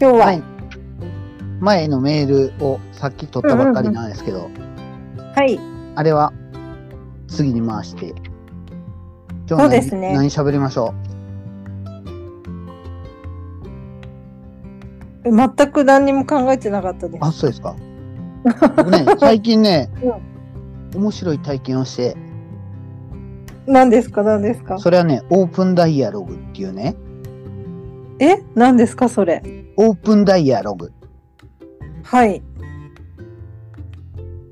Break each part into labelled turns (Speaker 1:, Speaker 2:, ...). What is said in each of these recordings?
Speaker 1: 今日は、
Speaker 2: はい前のメールをさっき取ったばっかりなんですけど、
Speaker 1: はい。
Speaker 2: あれは次に回して。今
Speaker 1: そう
Speaker 2: 何
Speaker 1: ですね
Speaker 2: 何喋りましょ
Speaker 1: 全く何にも考えてなかったで
Speaker 2: う。あ、そうですか。僕 ね、最近ね、面白い体験をして、
Speaker 1: す。何ですか何ですか
Speaker 2: それはね、オープンダイアログっていうね、
Speaker 1: え何ですかそれ。
Speaker 2: オープンダイアログ。
Speaker 1: はい。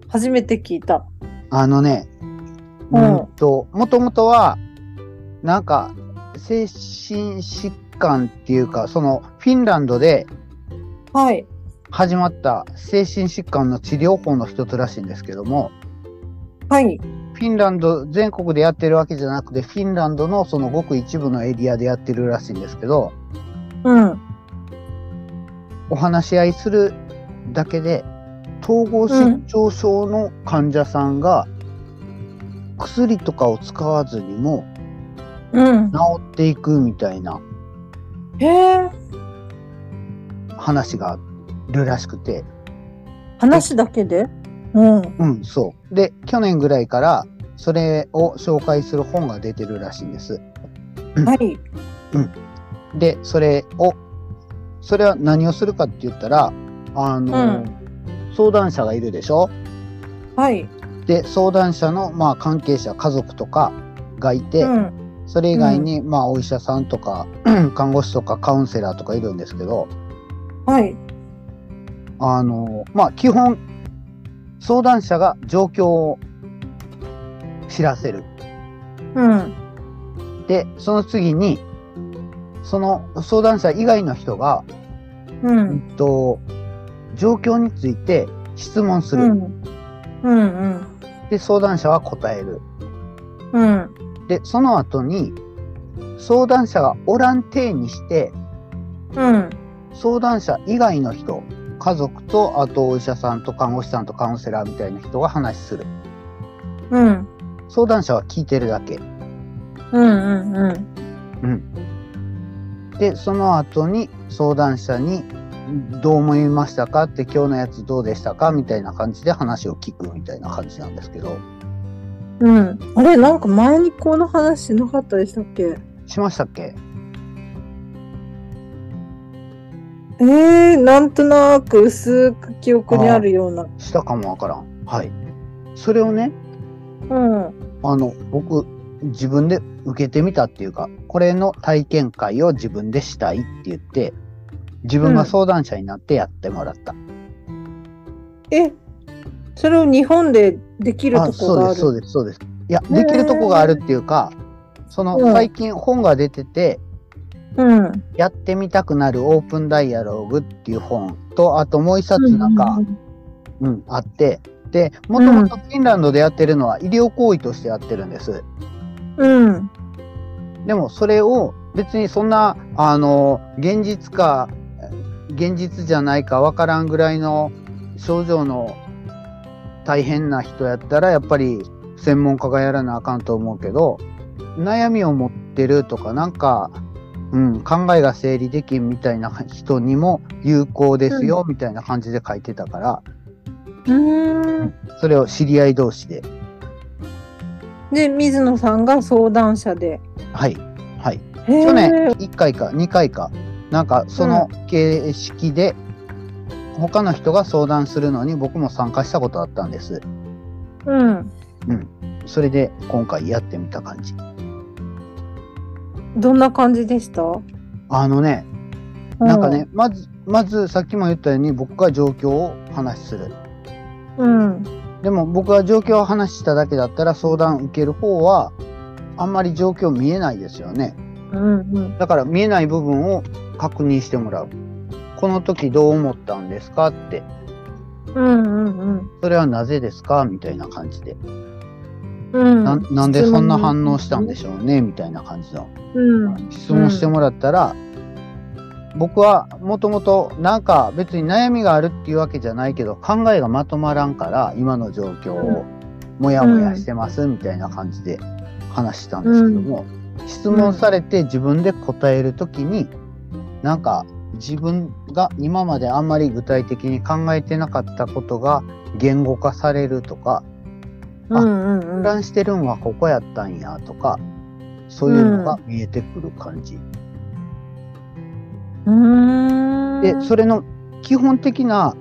Speaker 1: 初めて聞いた。
Speaker 2: あのね、う
Speaker 1: うん
Speaker 2: んと、もともとは、なんか、精神疾患っていうか、その、フィンランドで
Speaker 1: はい。
Speaker 2: 始まった精神疾患の治療法の一つらしいんですけども、
Speaker 1: はい。
Speaker 2: フィンランド全国でやってるわけじゃなくてフィンランドのそのごく一部のエリアでやってるらしいんですけど
Speaker 1: うん。
Speaker 2: お話し合いするだけで統合失調症の患者さんが薬とかを使わずにも
Speaker 1: うん。
Speaker 2: 治っていくみたいな
Speaker 1: へえ。
Speaker 2: 話があるらしくて
Speaker 1: 話だけでうん。
Speaker 2: うんそうで去年ぐらいからそれを紹介する本が出てるらしいんです
Speaker 1: はい。
Speaker 2: でそれをそれは何をするかって言ったらあの、
Speaker 1: う
Speaker 2: 相談者がいるでしょ
Speaker 1: はい。
Speaker 2: で相談者のまあ関係者家族とかがいて、
Speaker 1: うん。
Speaker 2: それ以外にまあお医者さんとか 看護師とかカウンセラーとかいるんですけど
Speaker 1: はい。
Speaker 2: あのまあ基本相談者が状況を知らせる
Speaker 1: うん。
Speaker 2: でその次にその相談者以外の人が、
Speaker 1: う。
Speaker 2: うんんと、状況について質問す
Speaker 1: う
Speaker 2: る、
Speaker 1: ん。うん。
Speaker 2: で相談者は答える
Speaker 1: うん。
Speaker 2: でその後に相談者がおらん体にして
Speaker 1: うん。
Speaker 2: 相談者以外の人家族とあとお医者さんと看護師さんとカウンセラーみたいな人が話する
Speaker 1: うん。
Speaker 2: 相談者は聞いてるだけ
Speaker 1: うん。うん。
Speaker 2: でその後に相談者に「どう思いましたか?」って「今日のやつどうでしたか?」みたいな感じで話を聞くみたいな感じなんですけど
Speaker 1: うん。あれなんか前にこの話しなかったでしたっけ
Speaker 2: しましたっけ
Speaker 1: えー、なんとなく薄く記憶にあるような。
Speaker 2: したかもわからんはいそれをね
Speaker 1: うん。
Speaker 2: あの僕自分で受けてみたっていうかこれの体験会を自分でしたいって言って自分が相談者になってやってもらった、
Speaker 1: え、それを日本でできるとこ
Speaker 2: そう
Speaker 1: があ
Speaker 2: で
Speaker 1: る。
Speaker 2: すそうですそうですいや
Speaker 1: へ
Speaker 2: で
Speaker 1: ー
Speaker 2: きるとこがあるっていうかその
Speaker 1: うん
Speaker 2: 最近本が出てて、
Speaker 1: うん。
Speaker 2: やってみたくなるオープンダイアローグっていう本とあともう一冊なんか、うんあってでもともとフィンランドでやってるのは医療行為としてやってるんです、
Speaker 1: うん。
Speaker 2: でもそれを別にそんなあの現実か現実じゃないかわからんぐらいの症状の大変な人やったらやっぱり専門家がやらなあかんと思うけど悩みを持ってるとかなんか、うん、考えが整理できんみたいな人にも有効ですよみたいな感じで書いてたから
Speaker 1: うん。
Speaker 2: それを知り合い同士で
Speaker 1: で、水野さんが相談者で。
Speaker 2: はいはい
Speaker 1: へー
Speaker 2: 去年1回か2回かなんかその形式で他の人が相談するのに僕も参加したことあったんです
Speaker 1: うん。
Speaker 2: それで今回やってみた感じ
Speaker 1: どんな感じでした
Speaker 2: あのねなんかね、。まずまずさっきも言ったように僕が状況を話しする
Speaker 1: うん。
Speaker 2: でも僕が状況を話しただけだったら相談受ける方はあんまり状況見えないですよね
Speaker 1: うんうん。
Speaker 2: だから見えない部分を確認してもらう。この時どう思ったんですかって、
Speaker 1: うんうん
Speaker 2: それはなぜですかみたいな感じで、
Speaker 1: うん。
Speaker 2: な、なんでそんな反応したんで
Speaker 1: し
Speaker 2: しょうねみたいな感じの
Speaker 1: ょうん。
Speaker 2: 質問してもらったら、僕はもともとなんか別に悩みがあるっていうわけじゃないけど考えがまとまらんから今の状況をモヤモヤしてますみたいな感じで話したんですけども、質問されて自分で答える時になんか自分が今まであんまり具体的に考えてなかったことが言語化されるとか
Speaker 1: うんうんう
Speaker 2: 混
Speaker 1: ん。
Speaker 2: 乱してるんはここやったんやとかそういうのが見えてくる感じ。
Speaker 1: うーん
Speaker 2: でそれの基本的な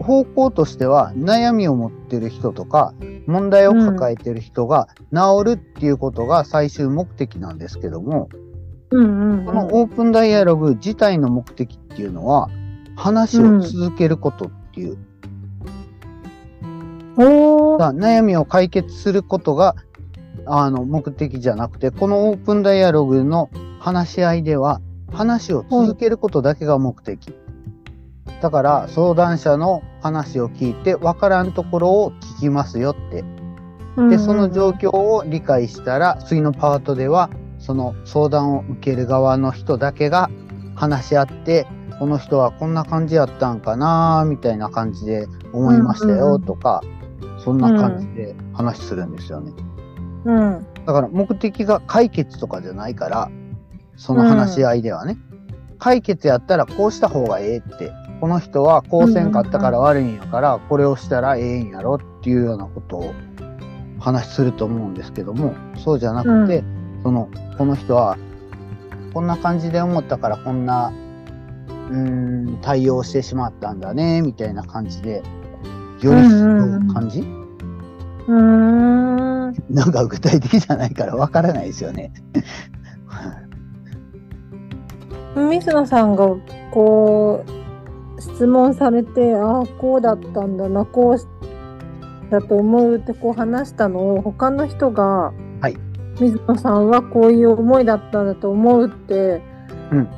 Speaker 2: 方向としては悩みを持ってる人とか問題を抱えてる人が治るっていうことが最終目的なんですけども、
Speaker 1: うんうん
Speaker 2: こ
Speaker 1: うん
Speaker 2: のオープンダイアログ自体の目的っていうのは話を続けることっていう、
Speaker 1: おー
Speaker 2: だから悩みを解決することがあの目的じゃなくてこのオープンダイアログの話し合いでは話を続けることだけが目的、だから相談者の話を聞いて分からんところを聞きますよってでその状況を理解したら次のパートではその相談を受ける側の人だけが話し合ってこの人はこんな感じやったんかなみたいな感じで思いました
Speaker 1: うんうんう
Speaker 2: よ
Speaker 1: ん
Speaker 2: とか、そんな感じで話するんですよね。
Speaker 1: うんうん
Speaker 2: だから目的が解決とかじゃないからその話し合いではね、解決やったらこうした方がええってこの人はこうせんかったから悪いんやからこれをしたらええんやろっていうようなことを話すると思うんですけどもそうじゃなくて、そのこの人はこんな感じで思ったからこんなうーん対応してしまったんだねみたいな感じでより
Speaker 1: うんうんうん
Speaker 2: 感じ、
Speaker 1: うーん
Speaker 2: なんか具体的じゃないからわからないですよね。
Speaker 1: 水野さんがこう質問されてああこうだったんだなこうしだと思うってこう話したのを他の人が、
Speaker 2: はい
Speaker 1: 水野さんはこういう思いだったんだと思うって、
Speaker 2: うん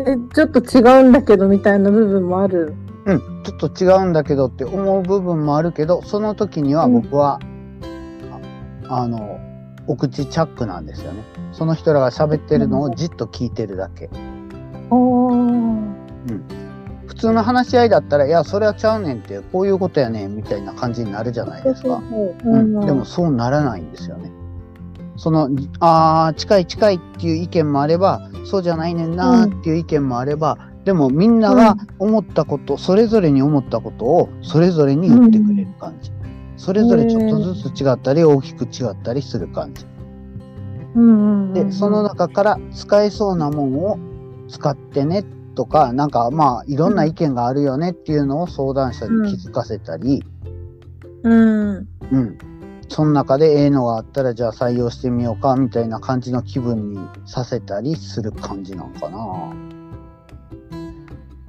Speaker 1: えちょっと違うんだけどみたいな部分もある。
Speaker 2: うん、ちょっと違うんだけどって思う部分もあるけどその時には僕は、ああのお口チャックなんですよねその人らが喋ってるのをじっと聞いてるだけ
Speaker 1: おー
Speaker 2: 普通の話し合いだったら「いやそれはちゃうねん」ってこういうことやねんみたいな感じになるじゃないですか、
Speaker 1: う
Speaker 2: うん
Speaker 1: ん
Speaker 2: でもそうならないんですよねそのあー近い近いっていう意見もあればそうじゃないねんなーっていう意見もあれば、でもみんなが思ったこと、それぞれに思ったことをそれぞれに言ってくれる感じ、それぞれちょっとずつ違ったり大きく違ったりする感じ
Speaker 1: うん
Speaker 2: でその中から使えそうなもんを使ってねとかなんかまあいろんな意見があるよねっていうのを相談者に気づかせたり、
Speaker 1: うん
Speaker 2: うん。その中でええのがあったらじゃあ採用してみようかみたいな感じの気分にさせたりする感じなんかな。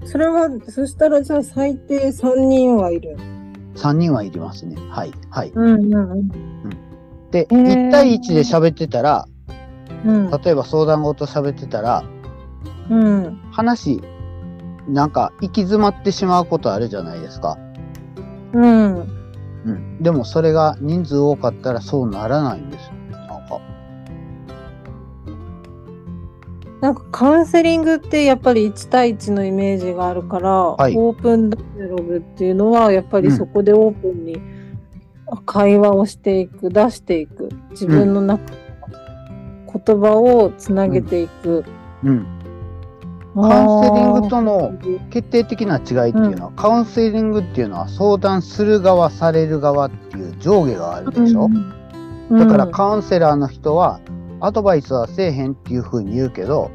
Speaker 1: それはそしたらじゃあ最低3人はいる。
Speaker 2: 3人はいりますね。はい。はい。
Speaker 1: うんうんうん
Speaker 2: で、
Speaker 1: へー
Speaker 2: 1対1で喋ってたら、
Speaker 1: うん
Speaker 2: 例えば相談ごと喋ってたら、
Speaker 1: うん
Speaker 2: 話、なんか行き詰まってしまうことあるじゃないですか。
Speaker 1: うん
Speaker 2: うん。でもそれが人数多かったらそうならないんですよ。なんか。
Speaker 1: なんかカウンセリングってやっぱり1対1のイメージがあるから、
Speaker 2: い
Speaker 1: オープンダイアログっていうのはやっぱりそこでオープンに会話をしていく出していく自分の中の言葉をつなげていく、
Speaker 2: うん。カウンセリングとの
Speaker 1: と
Speaker 2: 決定的な違いっていうのは、カウンセリングっていうのは相談する側される側っていう上下があるでしょ、だからカウンセラーの人はアドバイスはせえへんっていうふうに言うけど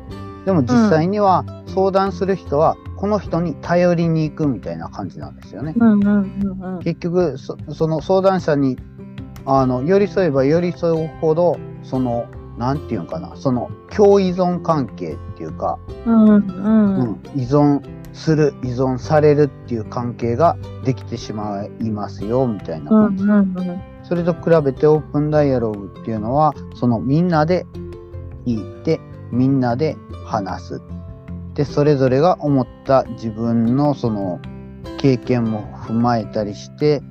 Speaker 2: でも実際には相談する人はこの人に頼りに行くみたいな感じなんですよね。
Speaker 1: うんうんうん
Speaker 2: 結局そその相談者にあの寄り添えば寄り添うほどそのなんていうのかなその共依存関係っていうか、
Speaker 1: うんうんう
Speaker 2: うんん、依存する依存されるっていう関係ができてしまいますよみたいな
Speaker 1: うん
Speaker 2: 感
Speaker 1: う
Speaker 2: じ、
Speaker 1: んうん
Speaker 2: それと比べてオープンダイアログっていうのはそのみんなで聞いてみんなで話す。でそれぞれが思った自分のその経験も踏まえたりして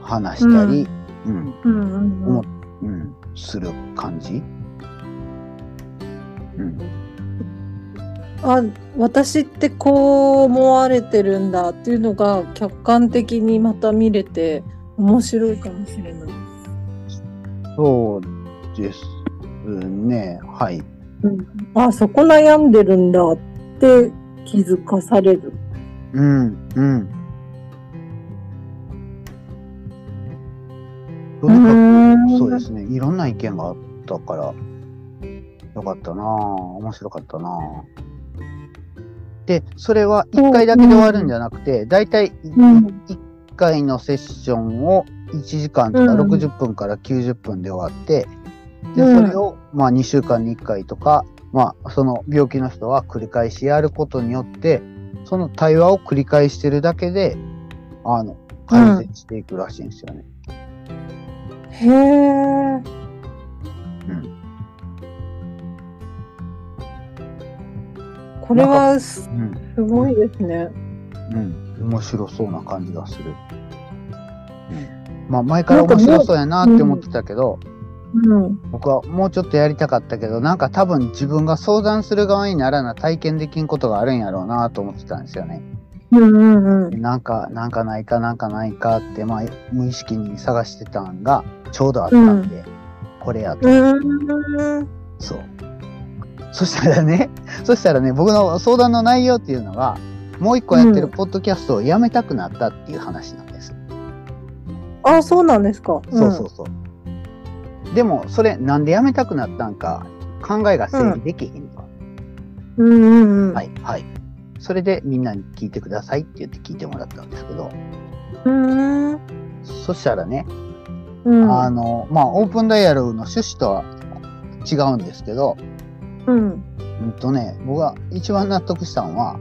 Speaker 2: 話したり、うん
Speaker 1: うんうんうん
Speaker 2: 思っうん、する感じ。うん
Speaker 1: あ私ってこう思われてるんだっていうのが客観的にまた見れて面白いかもしれない。
Speaker 2: そうですね。はい。
Speaker 1: あそこ悩んでるんだって気づかされる。
Speaker 2: うん、うん。とにか
Speaker 1: うん
Speaker 2: く、そうですね。いろんな意見があったから、よかったなぁ。面白かったなぁ。で、それは1回だけで終わるんじゃなくて、だいたい
Speaker 1: うん
Speaker 2: 1回のセッションを1時間とか
Speaker 1: うん
Speaker 2: 60分から90分で終わって、で、
Speaker 1: うん
Speaker 2: それをまあ2週間に1回とか、まあその病気の人は繰り返しやることによって、その対話を繰り返してるだけで、あの、改善していくらしいんですよね。
Speaker 1: へえ。これはす
Speaker 2: うん。
Speaker 1: すごいですね。
Speaker 2: うん。面白そうな感じがする。うん、まあ前から面白そうやなって思ってたけど、
Speaker 1: うん。
Speaker 2: 僕はもうちょっとやりたかったけどなんか多分自分が相談する側にならな体験できんことがあるんやろうなと思ってたんですよね。
Speaker 1: うんうんうん。
Speaker 2: なんかなんかないかなんかないかって、まあ、無意識に探してたんがちょうどあったんで、これやと、
Speaker 1: うん。
Speaker 2: そうそしたらね そしたらね僕の相談の内容っていうのがもう一個やってる
Speaker 1: うん
Speaker 2: ポッドキャストをやめたくなったっていう話なんです。
Speaker 1: あ、そうなんですか。
Speaker 2: そうそうそう。でもそれなんでやめたくなったんか考えが整理できへんとか。
Speaker 1: うん。うんうんうん。
Speaker 2: はい、はい。それでみんなに聞いてくださいって言って聞いてもらったんですけど、
Speaker 1: うんうん。
Speaker 2: そしたらね、
Speaker 1: うん。
Speaker 2: あの、まあ、オープンダイアログの趣旨とは違うんですけど、
Speaker 1: うん。
Speaker 2: うんとね、僕が一番納得したのは、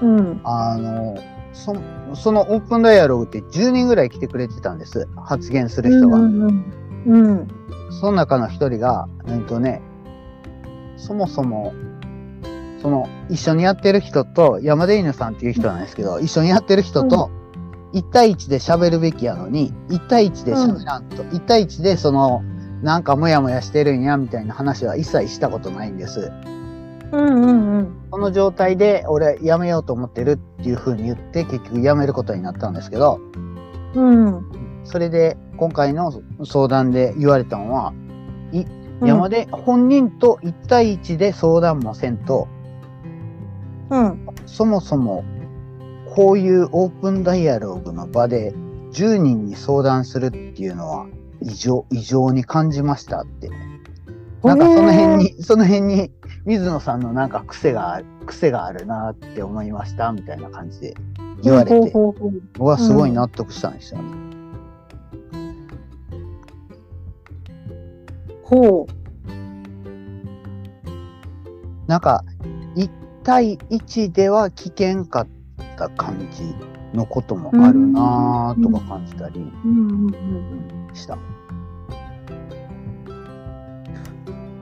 Speaker 1: うん。
Speaker 2: あの、そそのオープンダイアログって10人ぐらい来てくれてたんです、発言する人が。
Speaker 1: うんうんうん。
Speaker 2: その中の一人が、うんとね、そもそも、その、一緒にやってる人と、山出犬さんっていう人なんですけど、一緒にやってる人と、1対1で喋るべきやのに、1対1で喋らんと、1対1でその、なんかモヤモヤしてるんや、みたいな話は一切したことないんです。
Speaker 1: うんうんうん。
Speaker 2: この状態で、俺、辞めようと思ってるっていう風に言って、結局辞めることになったんですけど、
Speaker 1: うん。
Speaker 2: それで、今回の相談で言われたのは、
Speaker 1: うん
Speaker 2: 山で本人と1対1で相談もせんと、
Speaker 1: うん。
Speaker 2: そもそもこういうオープンダイアログの場で10人に相談するっていうのは異常、異常に感じましたって。なんかその辺に、その辺に水野さんのなんか癖がある、癖があるなって思いましたみたいな感じで言われ
Speaker 1: ほう
Speaker 2: て、
Speaker 1: ほうほう
Speaker 2: 僕はすごい納得したんですよね。
Speaker 1: ほ
Speaker 2: なんか、1対1では危険かった感じのこともあるなぁとか感じたり
Speaker 1: う。うんうん
Speaker 2: した。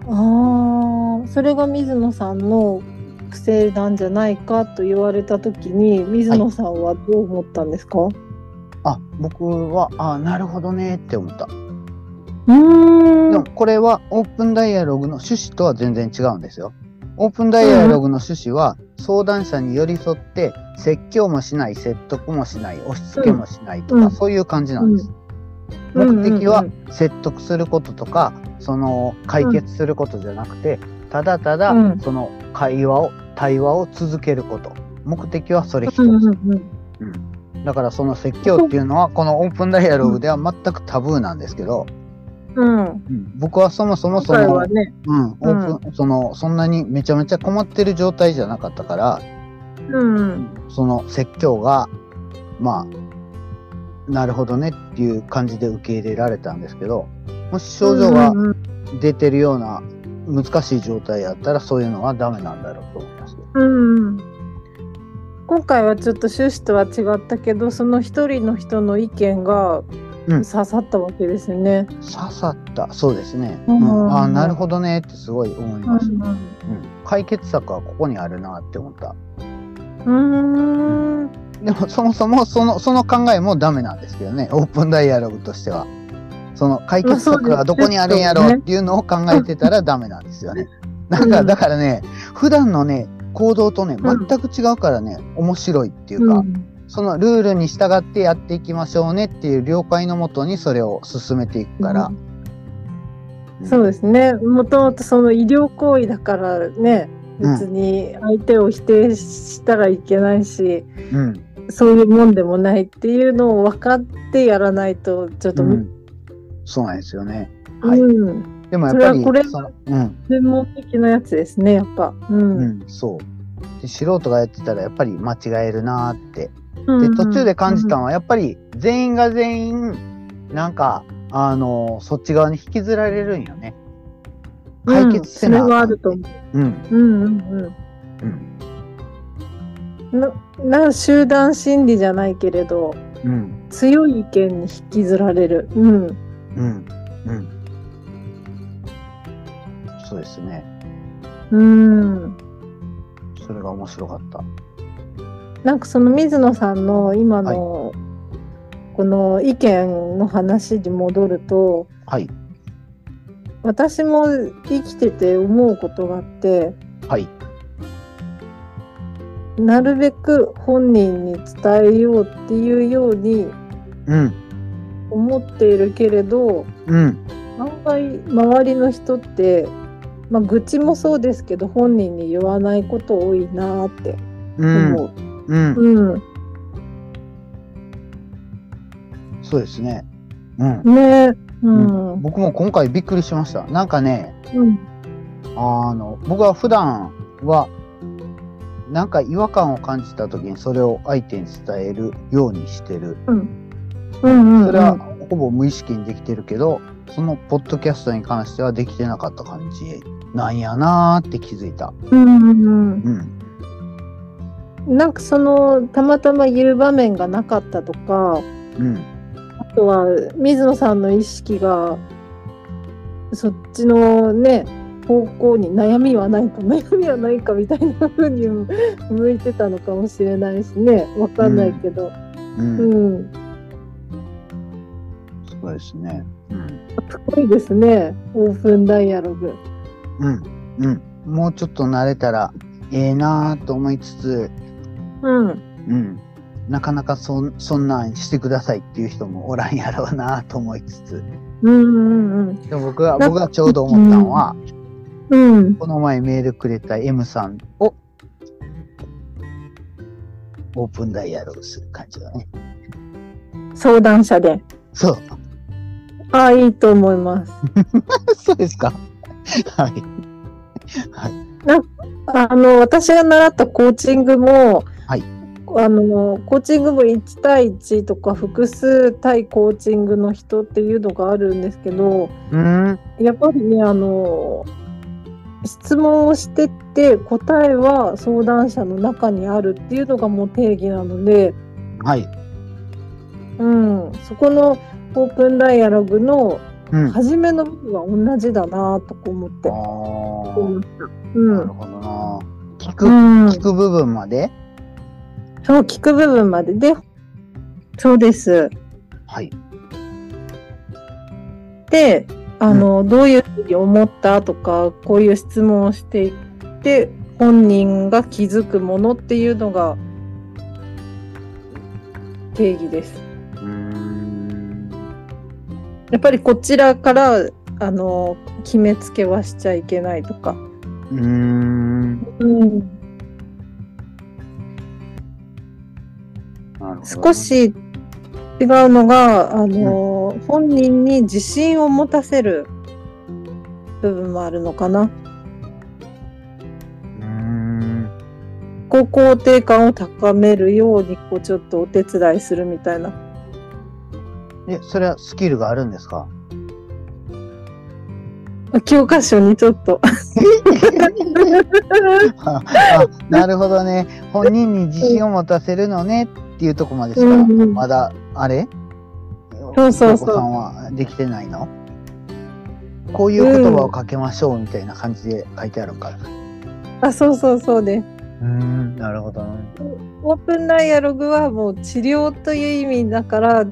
Speaker 1: うん。ああ、それが水野さんの癖なんじゃないかと言われたときに、水野さんはどう思ったんですか、
Speaker 2: あ、僕は、あなるほどねって思った。
Speaker 1: うーん。
Speaker 2: でも、これはオープンダイアログの趣旨とは全然違うんですよ。オープンダイアログの趣旨は、相談者に寄り添って、説教もしない、説得もしない、押し付けもしないとか、
Speaker 1: うん
Speaker 2: そういう感じなんです。
Speaker 1: うん
Speaker 2: 目的は
Speaker 1: うん
Speaker 2: 説得することとかその解決することじゃなくて、ただただ
Speaker 1: うん
Speaker 2: その会話を対話を続けること目的はそれ一つ、
Speaker 1: うんうんうん
Speaker 2: だからその説教っていうのはこのオープンダイアログでは全くタブーなんですけど、
Speaker 1: うん。うん。
Speaker 2: 僕はそもそもそ
Speaker 1: 今回
Speaker 2: の,、
Speaker 1: はね。
Speaker 2: うんオープンそのそんなにめちゃめちゃ困ってる状態じゃなかったから
Speaker 1: うん。
Speaker 2: その説教がまあなるほどねっていう感じで受け入れられたんですけどもし症状が
Speaker 1: うんうん
Speaker 2: 出てるような難しい状態やったらそういうのはダメなんだろうと思います。
Speaker 1: うん今回はちょっと趣旨とは違ったけどその一人の人の意見が
Speaker 2: うん
Speaker 1: 刺さったわけですよね。
Speaker 2: 刺さったそうですね、
Speaker 1: う
Speaker 2: うんんあなるほどねってすごい思います、うん
Speaker 1: う
Speaker 2: 解決策はここにあるなって思った
Speaker 1: ん、うーん
Speaker 2: でもそもそもそのその考えもダメなんですけどねオープンダイアログとしてはその解決策はどこにあるんやろうっていうのを考えてたらダメなんですよねなんかだからね普段のね行動とね
Speaker 1: うん
Speaker 2: 全く違うからね面白いっていうか、
Speaker 1: うん
Speaker 2: そのルールに従ってやっていきましょうねっていう了解のもとにそれを進めていくから、
Speaker 1: そうですねもともとその医療行為だからね別に相手を否定したらいけないし、
Speaker 2: うん
Speaker 1: そういうもんでもないっていうのを分かってやらないとちょっと、
Speaker 2: う
Speaker 1: うんん、
Speaker 2: そうなんですよね。はいでもやっぱり
Speaker 1: それはこれ
Speaker 2: そのうん
Speaker 1: 専門的なやつですねやっぱ。うん
Speaker 2: うんそうで素人がやってたらやっぱり間違えるなーって
Speaker 1: う
Speaker 2: で
Speaker 1: ん
Speaker 2: 途中で感じたのはやっぱり全員が全員なんかあのそっち側に引きずられるんよね。解決せな
Speaker 1: うんそれはあると
Speaker 2: う
Speaker 1: 思。
Speaker 2: うん
Speaker 1: う。うんうん
Speaker 2: うん
Speaker 1: うん。なな集団心理じゃないけれど
Speaker 2: うん
Speaker 1: 強い意見に引きずられる。うん。
Speaker 2: うんうん。そうですね。
Speaker 1: うん。
Speaker 2: それが面白かった。
Speaker 1: なんかその水野さんの今の、この意見の話に戻ると
Speaker 2: はい
Speaker 1: 私も生きてて思うことがあって
Speaker 2: はい
Speaker 1: なるべく本人に伝えようっていうように
Speaker 2: うん
Speaker 1: 思っているけれど
Speaker 2: うん
Speaker 1: 案外周りの人って、まあ、愚痴もそうですけど本人に言わないこと多いなーって
Speaker 2: うん
Speaker 1: 思う。
Speaker 2: うん
Speaker 1: うん
Speaker 2: そうですね。うん。
Speaker 1: ねうんうん
Speaker 2: 僕も今回びっくりしました。なんかね、あの僕は普段はなんか違和感を感じた時にそれを相手に伝えるようにしてる
Speaker 1: うんうん
Speaker 2: それはほぼ無意識にできてるけどそのポッドキャストに関してはできてなかった感じなんやなーって気づいた
Speaker 1: うんうん
Speaker 2: うん
Speaker 1: うんなんかそのたまたま言う場面がなかったとか
Speaker 2: うん
Speaker 1: あとは水野さんの意識がそっちのね方向に悩みはないか悩みはないかみたいな風に向いてたのかもしれないしねわかんないけど、
Speaker 2: うん、
Speaker 1: うん、
Speaker 2: そうですねうん
Speaker 1: すごいですねオープンダイアログ。
Speaker 2: うんうんもうちょっと慣れたらええなーと思いつつ
Speaker 1: うん、
Speaker 2: うんなかなかそんそんなんしてくださいっていう人もおらんやろうなーと思いつつ
Speaker 1: うんうんうん
Speaker 2: でも僕は
Speaker 1: なんか
Speaker 2: 僕がちょうど思ったのは、
Speaker 1: うん
Speaker 2: この前メールくれた M さんをオープンダイアログする感じだね。
Speaker 1: 相談者で
Speaker 2: そう。
Speaker 1: ああいいと思い ます。
Speaker 2: そうですか。はい。
Speaker 1: あの私が習ったコーチングも、
Speaker 2: はい
Speaker 1: あのコーチングも1対1とか複数対コーチングの人っていうのがあるんですけど
Speaker 2: うん。
Speaker 1: やっぱりねあの質問をしてって答えは相談者の中にあるっていうのがもう定義なので、
Speaker 2: はい。
Speaker 1: うん、そこのオープンダイアログの
Speaker 2: うん。あ
Speaker 1: 初めの部分は同じだなとか思って
Speaker 2: あー
Speaker 1: 思っ。た。
Speaker 2: な
Speaker 1: う
Speaker 2: る
Speaker 1: ん
Speaker 2: ほどな。聞く、
Speaker 1: うん
Speaker 2: 聞く部分まで。
Speaker 1: そう聞く部分まででそうです。
Speaker 2: はい。
Speaker 1: であの、どういうふうに思ったとかこういう質問をしていって本人が気づくものっていうのが定義です。
Speaker 2: うーん。
Speaker 1: やっぱりこちらからあの決めつけはしちゃいけないとか。
Speaker 2: うーん。
Speaker 1: うん、
Speaker 2: なるほどね
Speaker 1: 少。し違うのがあの、本人に自信を持たせる部分もあるのかな。
Speaker 2: うーん。
Speaker 1: 自己肯定感を高めるようにこうちょっとお手伝いするみたいな
Speaker 2: え、それはスキルがあるんですか。
Speaker 1: 教科書にちょっと
Speaker 2: ああなるほどね本人に自信を持たせるのねっていうとこまでしか
Speaker 1: うんうん
Speaker 2: まだあれ
Speaker 1: そうそう
Speaker 2: 京子
Speaker 1: そ
Speaker 2: さ
Speaker 1: う。
Speaker 2: んはできてないのこういう言葉をかけましょうみたいな感じで書いてあるから。
Speaker 1: あ、そうそうそうです。
Speaker 2: うん、なるほど、ね。
Speaker 1: オープンダイアログはもう治療という意味だから、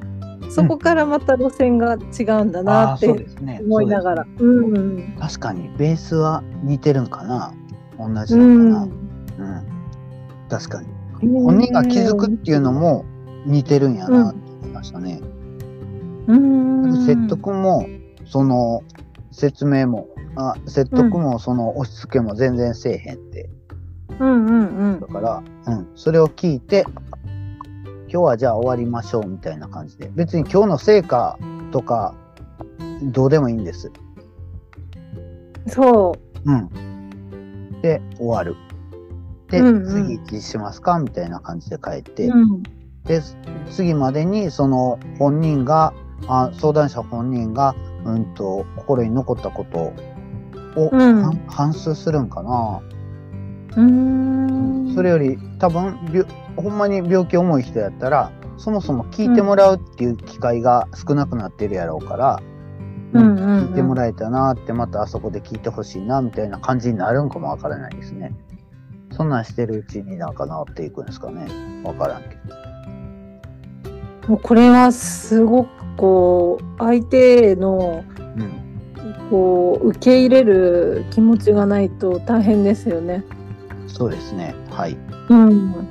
Speaker 1: そこからまた路線が違うんだ
Speaker 2: あ
Speaker 1: な
Speaker 2: あ、
Speaker 1: って
Speaker 2: そうですね。
Speaker 1: 思いながら。。
Speaker 2: そううんですね確かに、ベースは似てるんかな。同じ
Speaker 1: う
Speaker 2: の
Speaker 1: ん。
Speaker 2: かな。うん。確かに。骨が気づくっていうのも似てるんやなって思いましたね。
Speaker 1: うん。
Speaker 2: 説得も、その、説明も、あ説得も、その、押し付けも全然せえへんって
Speaker 1: うんうん
Speaker 2: だから、うん、それを聞いて、今日はじゃあ終わりましょうみたいな感じで。別に今日の成果とか、どうでもいいんです。
Speaker 1: うん。そ
Speaker 2: うん。で、終わる。で、
Speaker 1: うんうん
Speaker 2: 次一致しますかみたいな感じで帰って、
Speaker 1: う。うん。
Speaker 2: で、次までにその本人が、あ相談者本人が、うんと、心に残ったことを、
Speaker 1: うん
Speaker 2: 反反芻するんかな。
Speaker 1: うん。
Speaker 2: それより多分びょほんまに病気重い人やったらそもそも聞いてもらうっていう機会が少なくなってるやろうから、
Speaker 1: うんうんうん
Speaker 2: 聞いてもらえたなってまたあそこで聞いてほしいなみたいな感じになるんかもわからないですね。そんなんしてるうちになんか治っていくんですかねわからんけど。
Speaker 1: もうこれはすごくこう、相手への
Speaker 2: うん、
Speaker 1: こう受け入れる気持ちがないと大変ですよね。
Speaker 2: そうですねはい、
Speaker 1: うん、
Speaker 2: うん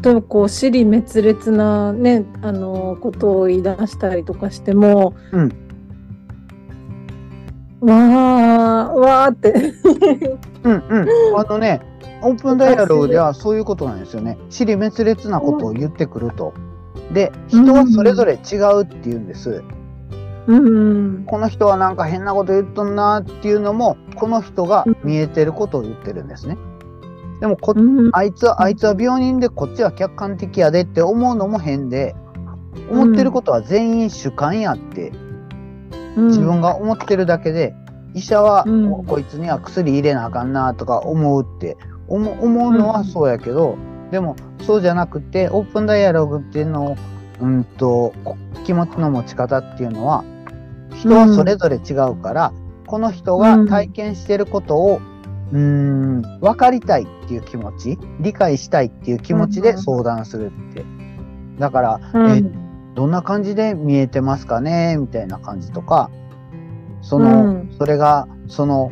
Speaker 1: 例えばこう私利滅裂なねあのことを言い出したりとかしても、
Speaker 2: う
Speaker 1: わあわあって、
Speaker 2: うんうん、あのねオープンダイアログではそういうことなんですよね。支離滅裂なことを言ってくると。で人はそれぞれ違うっていうんです。
Speaker 1: うん、
Speaker 2: この人はなんか変なこと言っとんなっていうのもこの人が見えてることを言ってるんですね。でもこ
Speaker 1: うん、
Speaker 2: あいつはあいつは病人でこっちは客観的やでって思うのも変で思ってることは全員主観やって自分が思ってるだけで医者は
Speaker 1: うん
Speaker 2: こいつには薬入れなあかんなとか思うって思思うのはそうやけどでもそうじゃなくてオープンダイアログっていうのをうんとこ気持ちの持ち方っていうのは人はそれぞれ違うから、この人が体験してることを、うーん、分かりたいっていう気持ち、理解したいっていう気持ち
Speaker 1: う
Speaker 2: で
Speaker 1: ん
Speaker 2: 相談するって。だから、
Speaker 1: うん
Speaker 2: えどんな感じで見えてますかねみたいな感じとか、そ
Speaker 1: うん
Speaker 2: の、それが、その、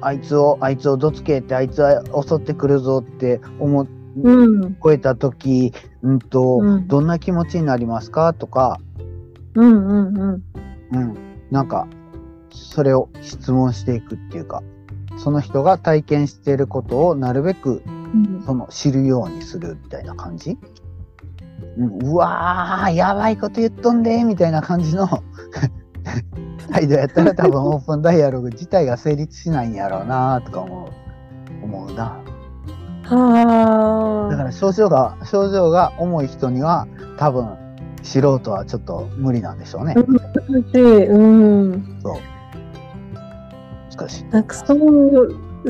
Speaker 2: あいつを、あいつをどつけって、あいつは襲ってくるぞって思っ
Speaker 1: うん
Speaker 2: 超えた時、うんと、
Speaker 1: うん
Speaker 2: どんな気持ちになりますかとか、
Speaker 1: うんうんうん
Speaker 2: うん、なんかそれを質問していくっていうかその人が体験していることをなるべく
Speaker 1: うん
Speaker 2: その知るようにするみたいな感じ、うん、うわーやばいこと言っとんでみたいな感じの 態度やったら多分オープンダイアログ自体が成立しないんやろうなとか思う思うな
Speaker 1: は
Speaker 2: だか
Speaker 1: あ
Speaker 2: ら症状が症状が重い人には多分素人はちょっと無理なんでしょうね
Speaker 1: 難しいうん
Speaker 2: 難しい。
Speaker 1: なんかそう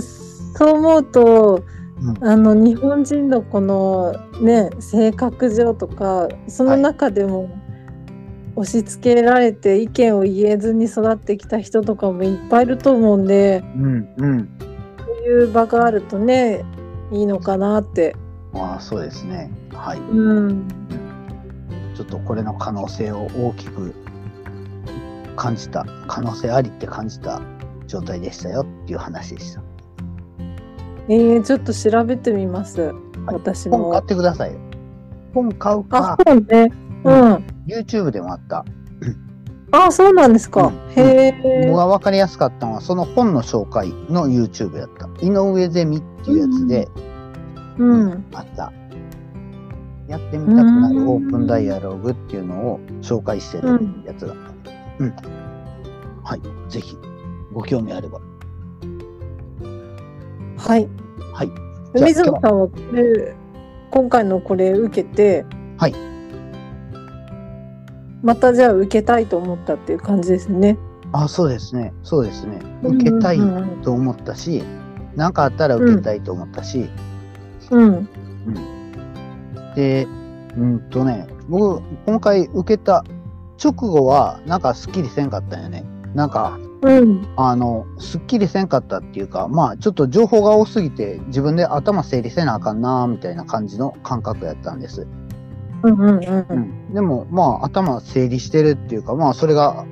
Speaker 1: そう思うと
Speaker 2: うん
Speaker 1: あの日本人のこのね性格上とかその中でも押し付けられて意見を言えずに育ってきた人とかもいっぱいいると思うんで
Speaker 2: うんうん
Speaker 1: こういう場があるとねいいのかなって。
Speaker 2: まあそうですね。はい。
Speaker 1: うん
Speaker 2: ちょっとこれの可能性を大きく感じた、可能性ありって感じた状態でしたよっていう話でした。
Speaker 1: えー、ちょっと調べてみます私
Speaker 2: 本買
Speaker 1: も
Speaker 2: っ。てくださいよ。本買う
Speaker 1: あ
Speaker 2: か、
Speaker 1: そうねうん、
Speaker 2: YouTube でもあった。
Speaker 1: あそうなんですか、
Speaker 2: うん
Speaker 1: へ
Speaker 2: 僕
Speaker 1: え
Speaker 2: が分かりやすかったのは、その本の紹介の YouTube やった。井上ゼミっていうやつで
Speaker 1: うん
Speaker 2: あった。やってみたくなるオープンダイアログっていうのを紹介してるやつだった。うん。はい。ぜひ、ご興味あれば。
Speaker 1: はい
Speaker 2: はい。じゃあ
Speaker 1: 水野さんはこれ今回のこれ受けて
Speaker 2: はい
Speaker 1: またじゃあ受けたいと思ったっていう感じですね
Speaker 2: あそうですねそうですね受けたい
Speaker 1: うんうん
Speaker 2: と思ったし何、かあったら受けたいと思ったし、
Speaker 1: うん
Speaker 2: でうんとね、僕、今回受けた直後は、なんかすっきりせんかったんよね。なんか、
Speaker 1: うん。
Speaker 2: あの、すっきりせんかったっていうか、まあ、ちょっと情報が多すぎて、自分で頭整理せなあかんな、みたいな感じの感覚やったんです。
Speaker 1: うんうん
Speaker 2: う。
Speaker 1: うん
Speaker 2: でも、まあ、頭整理してるっていうか、まあ、それが、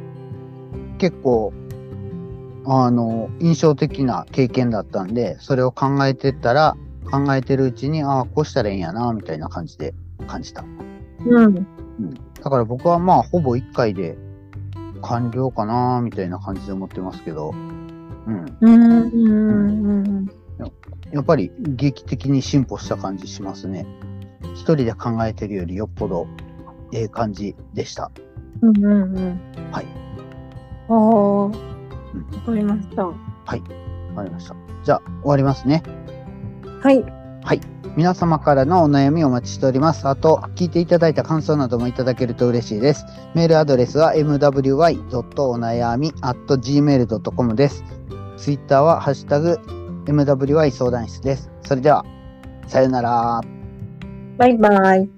Speaker 2: 結構、あの、印象的な経験だったんで、それを考えてったら、考えてるうちに、ああ、こうしたらいいんやな、みたいな感じで感じた。
Speaker 1: ん。うん。
Speaker 2: だから僕はまあほぼ1回で完了かなみたいな感じで思ってますけど、うん、
Speaker 1: うんうんうん。
Speaker 2: やっぱり劇的に進歩した感じしますね。一人で考えてるよりよっぽどええ感じでした。
Speaker 1: うんうんうん。
Speaker 2: はい。
Speaker 1: ああ。わかりました。は
Speaker 2: わかりました。じゃあ終わりますね。
Speaker 1: い。
Speaker 2: 皆様からのお悩みをお待ちしております。あと、聞いていただいた感想などもいただけると嬉しいです。メールアドレスは mwy.onayami.gmail.com です。ツイッターはハッシュタグ mwy 相談室です。それでは、さようなら。
Speaker 1: バイバイ。